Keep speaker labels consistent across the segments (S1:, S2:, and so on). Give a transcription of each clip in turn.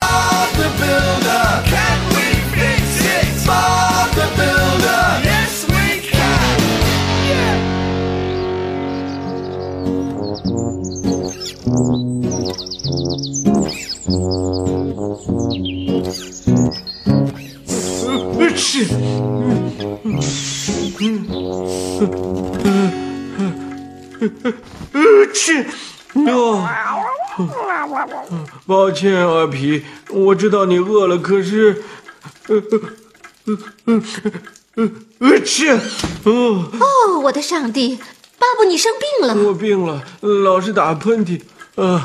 S1: Bob the Builder. Can we fix it? Bob the Builder. Yes, we can.
S2: 去，哦，抱歉，二皮，我知道你饿了，可是，呃呃呃呃呃，去，哦，
S3: 哦，我的上帝，巴布，你生病了吗？
S2: 我病了，老是打喷嚏，呃，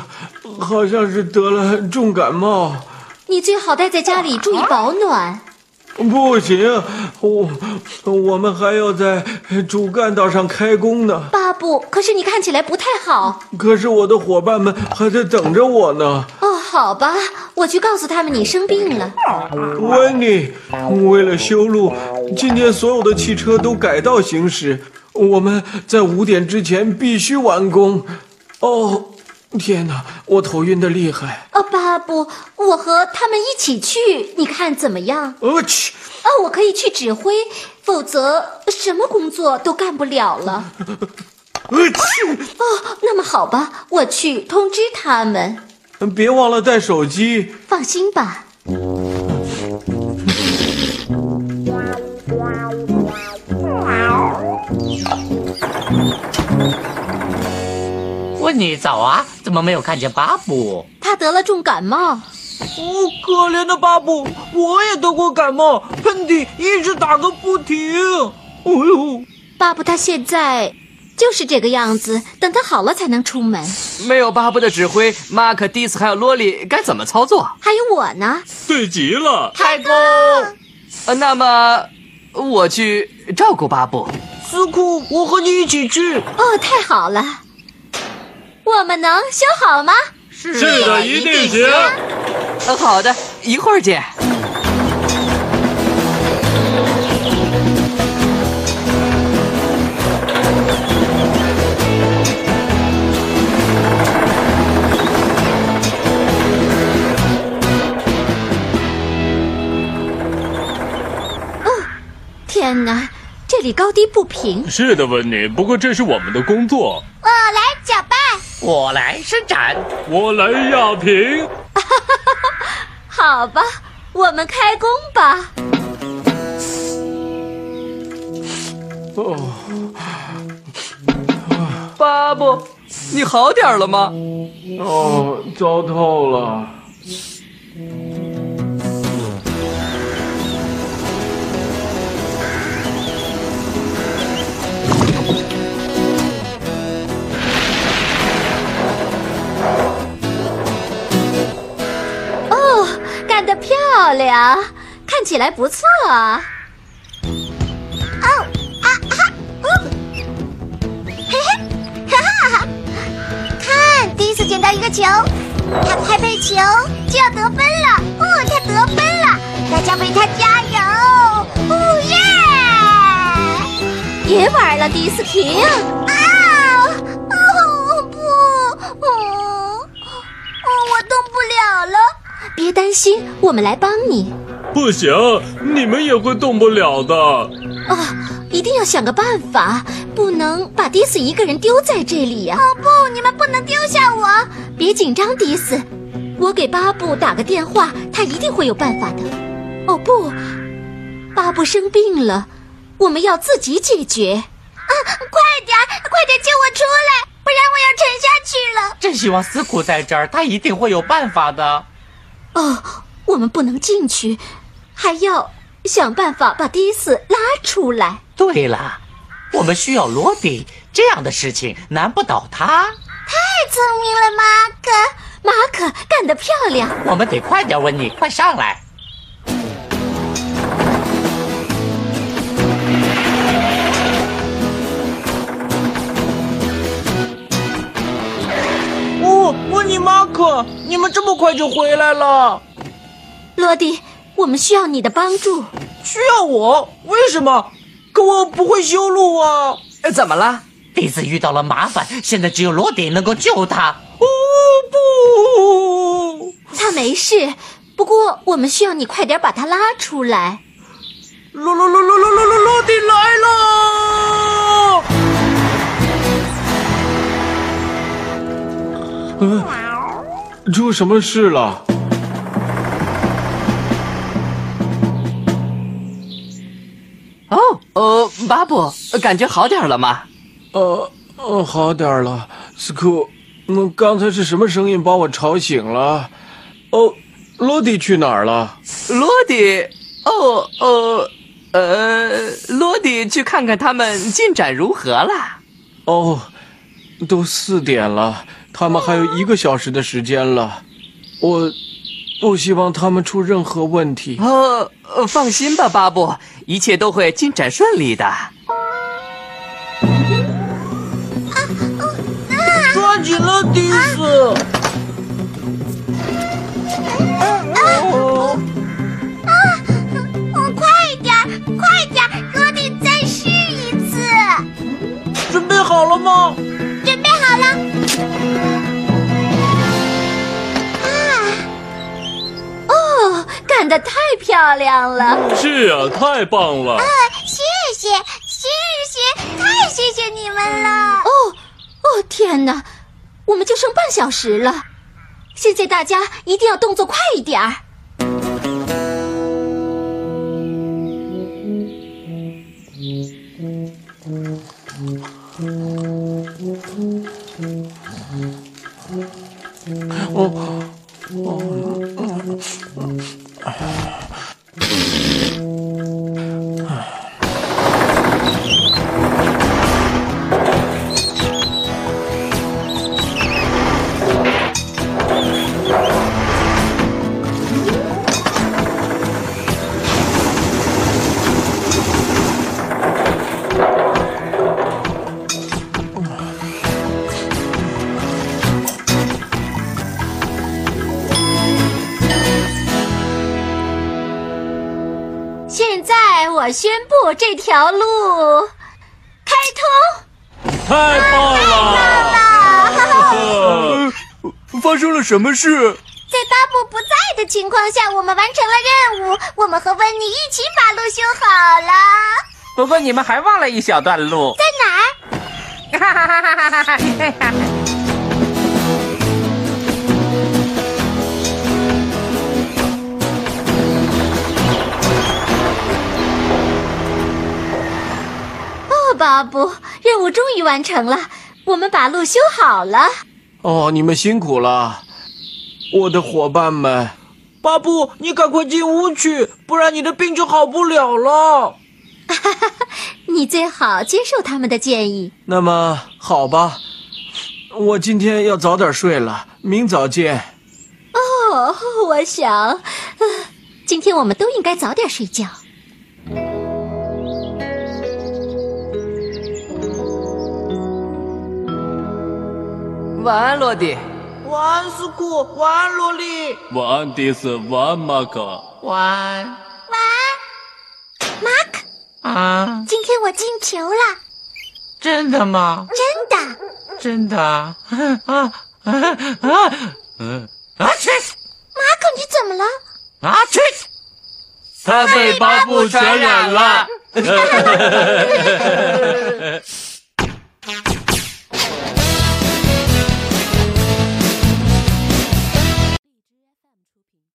S2: 好像是得了重感冒。
S3: 你最好待在家里，注意保暖。
S2: 不行，我我们还要在主干道上开工呢。
S3: 巴布，可是你看起来不太好。
S2: 可是我的伙伴们还在等着我呢。
S3: 哦，好吧，我去告诉他们你生病了。
S2: 温妮，为了修路，今天所有的汽车都改道行驶，我们在五点之前必须完工。哦，天哪，我头晕的厉害。
S3: 哦，巴布，我和他们一起去，你看怎么样？
S2: 呃去，
S3: 哦，我可以去指挥，否则什么工作都干不了了。
S2: 呃去，
S3: 哦，那么好吧，我去通知他们。
S2: 别忘了带手机。
S3: 放心吧。
S4: 问你早啊，怎么没有看见巴布？
S3: 他得了重感冒，
S5: 哦，可怜的巴布，我也得过感冒，喷嚏一直打个不停。哎呦，
S3: 巴布他现在就是这个样子，等他好了才能出门。
S6: 没有巴布的指挥，马克、迪斯还有洛里该怎么操作？
S3: 还有我呢，
S5: 对极了，
S6: 开工。呃，那么我去照顾巴布。
S5: 斯库，我和你一起去。
S3: 哦，太好了！我们能修好吗？
S6: 是
S5: 是的一定行
S6: 呃，好的，一会儿见。
S3: 天哪，这里高低不平。
S5: 是的，温妮，不过这是我们的工作。
S3: 我呃来搅拌。
S4: 我来伸展，
S5: 我来压平。
S3: 好吧，我们开工吧。
S2: 哦，
S6: 巴布，你好点儿了吗？
S2: 哦，糟透了。
S3: 哦，干得漂亮，看起来不错啊。哦啊哈哦，嘿嘿，哈哈哈！看，第一次捡到一个球，他拍配球就要得分了。哦，他得分了，大家为他加油！哦耶！别玩了，迪斯廷。啊！哦不，哦。哦，我动不了了。别担心，我们来帮你。
S5: 不行，你们也会动不了的。
S3: 哦，一定要想个办法，不能把迪斯一个人丢在这里呀、哦不，你们不能丢下我。别紧张，迪斯，我给巴布打个电话，他一定会有办法的。哦不，巴布生病了，我们要自己解决。啊，快点，快点救我出来，不然我要沉下去了。
S4: 真希望斯库在这儿，他一定会有办法的。
S3: 哦，我们不能进去，还要想办法把迪斯拉出来。
S4: 对了，我们需要罗比，这样的事情难不倒他。
S3: 太聪明了，马可！马可干得漂亮！
S4: 我们得快点，温妮，快上来！
S5: 哦，温妮、马克，你们这么快就回来了？
S3: 罗迪，我们需要你的帮助。
S5: 需要我？为什么？可我不会修路啊！
S6: 呃怎么了？
S4: 弟子遇到了麻烦，现在只有罗迪能够救他。
S5: 哦不，
S3: 他没事，不过我们需要你快点把他拉出来。
S5: 罗罗罗罗罗罗罗罗迪来了！
S2: 出什么事了？
S6: 哦，呃，巴布，感觉好点了吗？
S2: 呃，呃，好点儿了，斯库。嗯，刚才是什么声音把我吵醒了？哦，罗迪去哪儿了？
S6: 罗迪，哦，哦，呃，罗迪去看看他们进展如何了。
S2: 哦，都四点了，他们还有一个小时的时间了。我不希望他们出任何问题。
S6: 呃，呃放心吧，巴布，一切都会进展顺利的。
S5: 抓紧了，迪斯！
S3: 我哦快点，快点，罗迪再试一次。
S5: 准备好了吗？
S3: 准备好了。啊！哦，干得太漂亮了！
S7: 是啊，太棒了！
S3: 谢谢，谢谢，太谢谢你们了！哦，哦，天哪，我们就剩半小时了，现在大家一定要动作快一点儿。现在我宣布这条路开通
S7: 太棒了！
S3: 了。
S7: 呃
S6: 发生了什么事？
S3: 在巴布不在的情况下，我们完成了任务。我们和温妮一起把路修好了。
S4: 不过你们还忘了一小段路，
S3: 在哪儿？哦，巴布，任务终于完成了，我们把路修好了。
S2: 哦，你们辛苦了，我的伙伴们。
S5: 巴布，你赶快进屋去，不然你的病就好不了了。
S3: 你最好接受他们的建议。
S2: 那么好吧，我今天要早点睡了，明早见。
S3: 哦，我想，呃今天我们都应该早点睡觉。
S6: 晚安，罗迪。
S5: 晚安，斯库，晚安，萝莉。
S7: 晚安，迪斯，晚安，马可。
S4: 晚安。
S3: 马克，
S5: 啊，
S3: 今天我进球了，
S5: 真的吗？
S3: 真的。
S5: 真的啊啊啊啊！嗯啊去死
S3: 马可，你怎么了？
S5: 啊去死！
S7: 他被巴布传染了。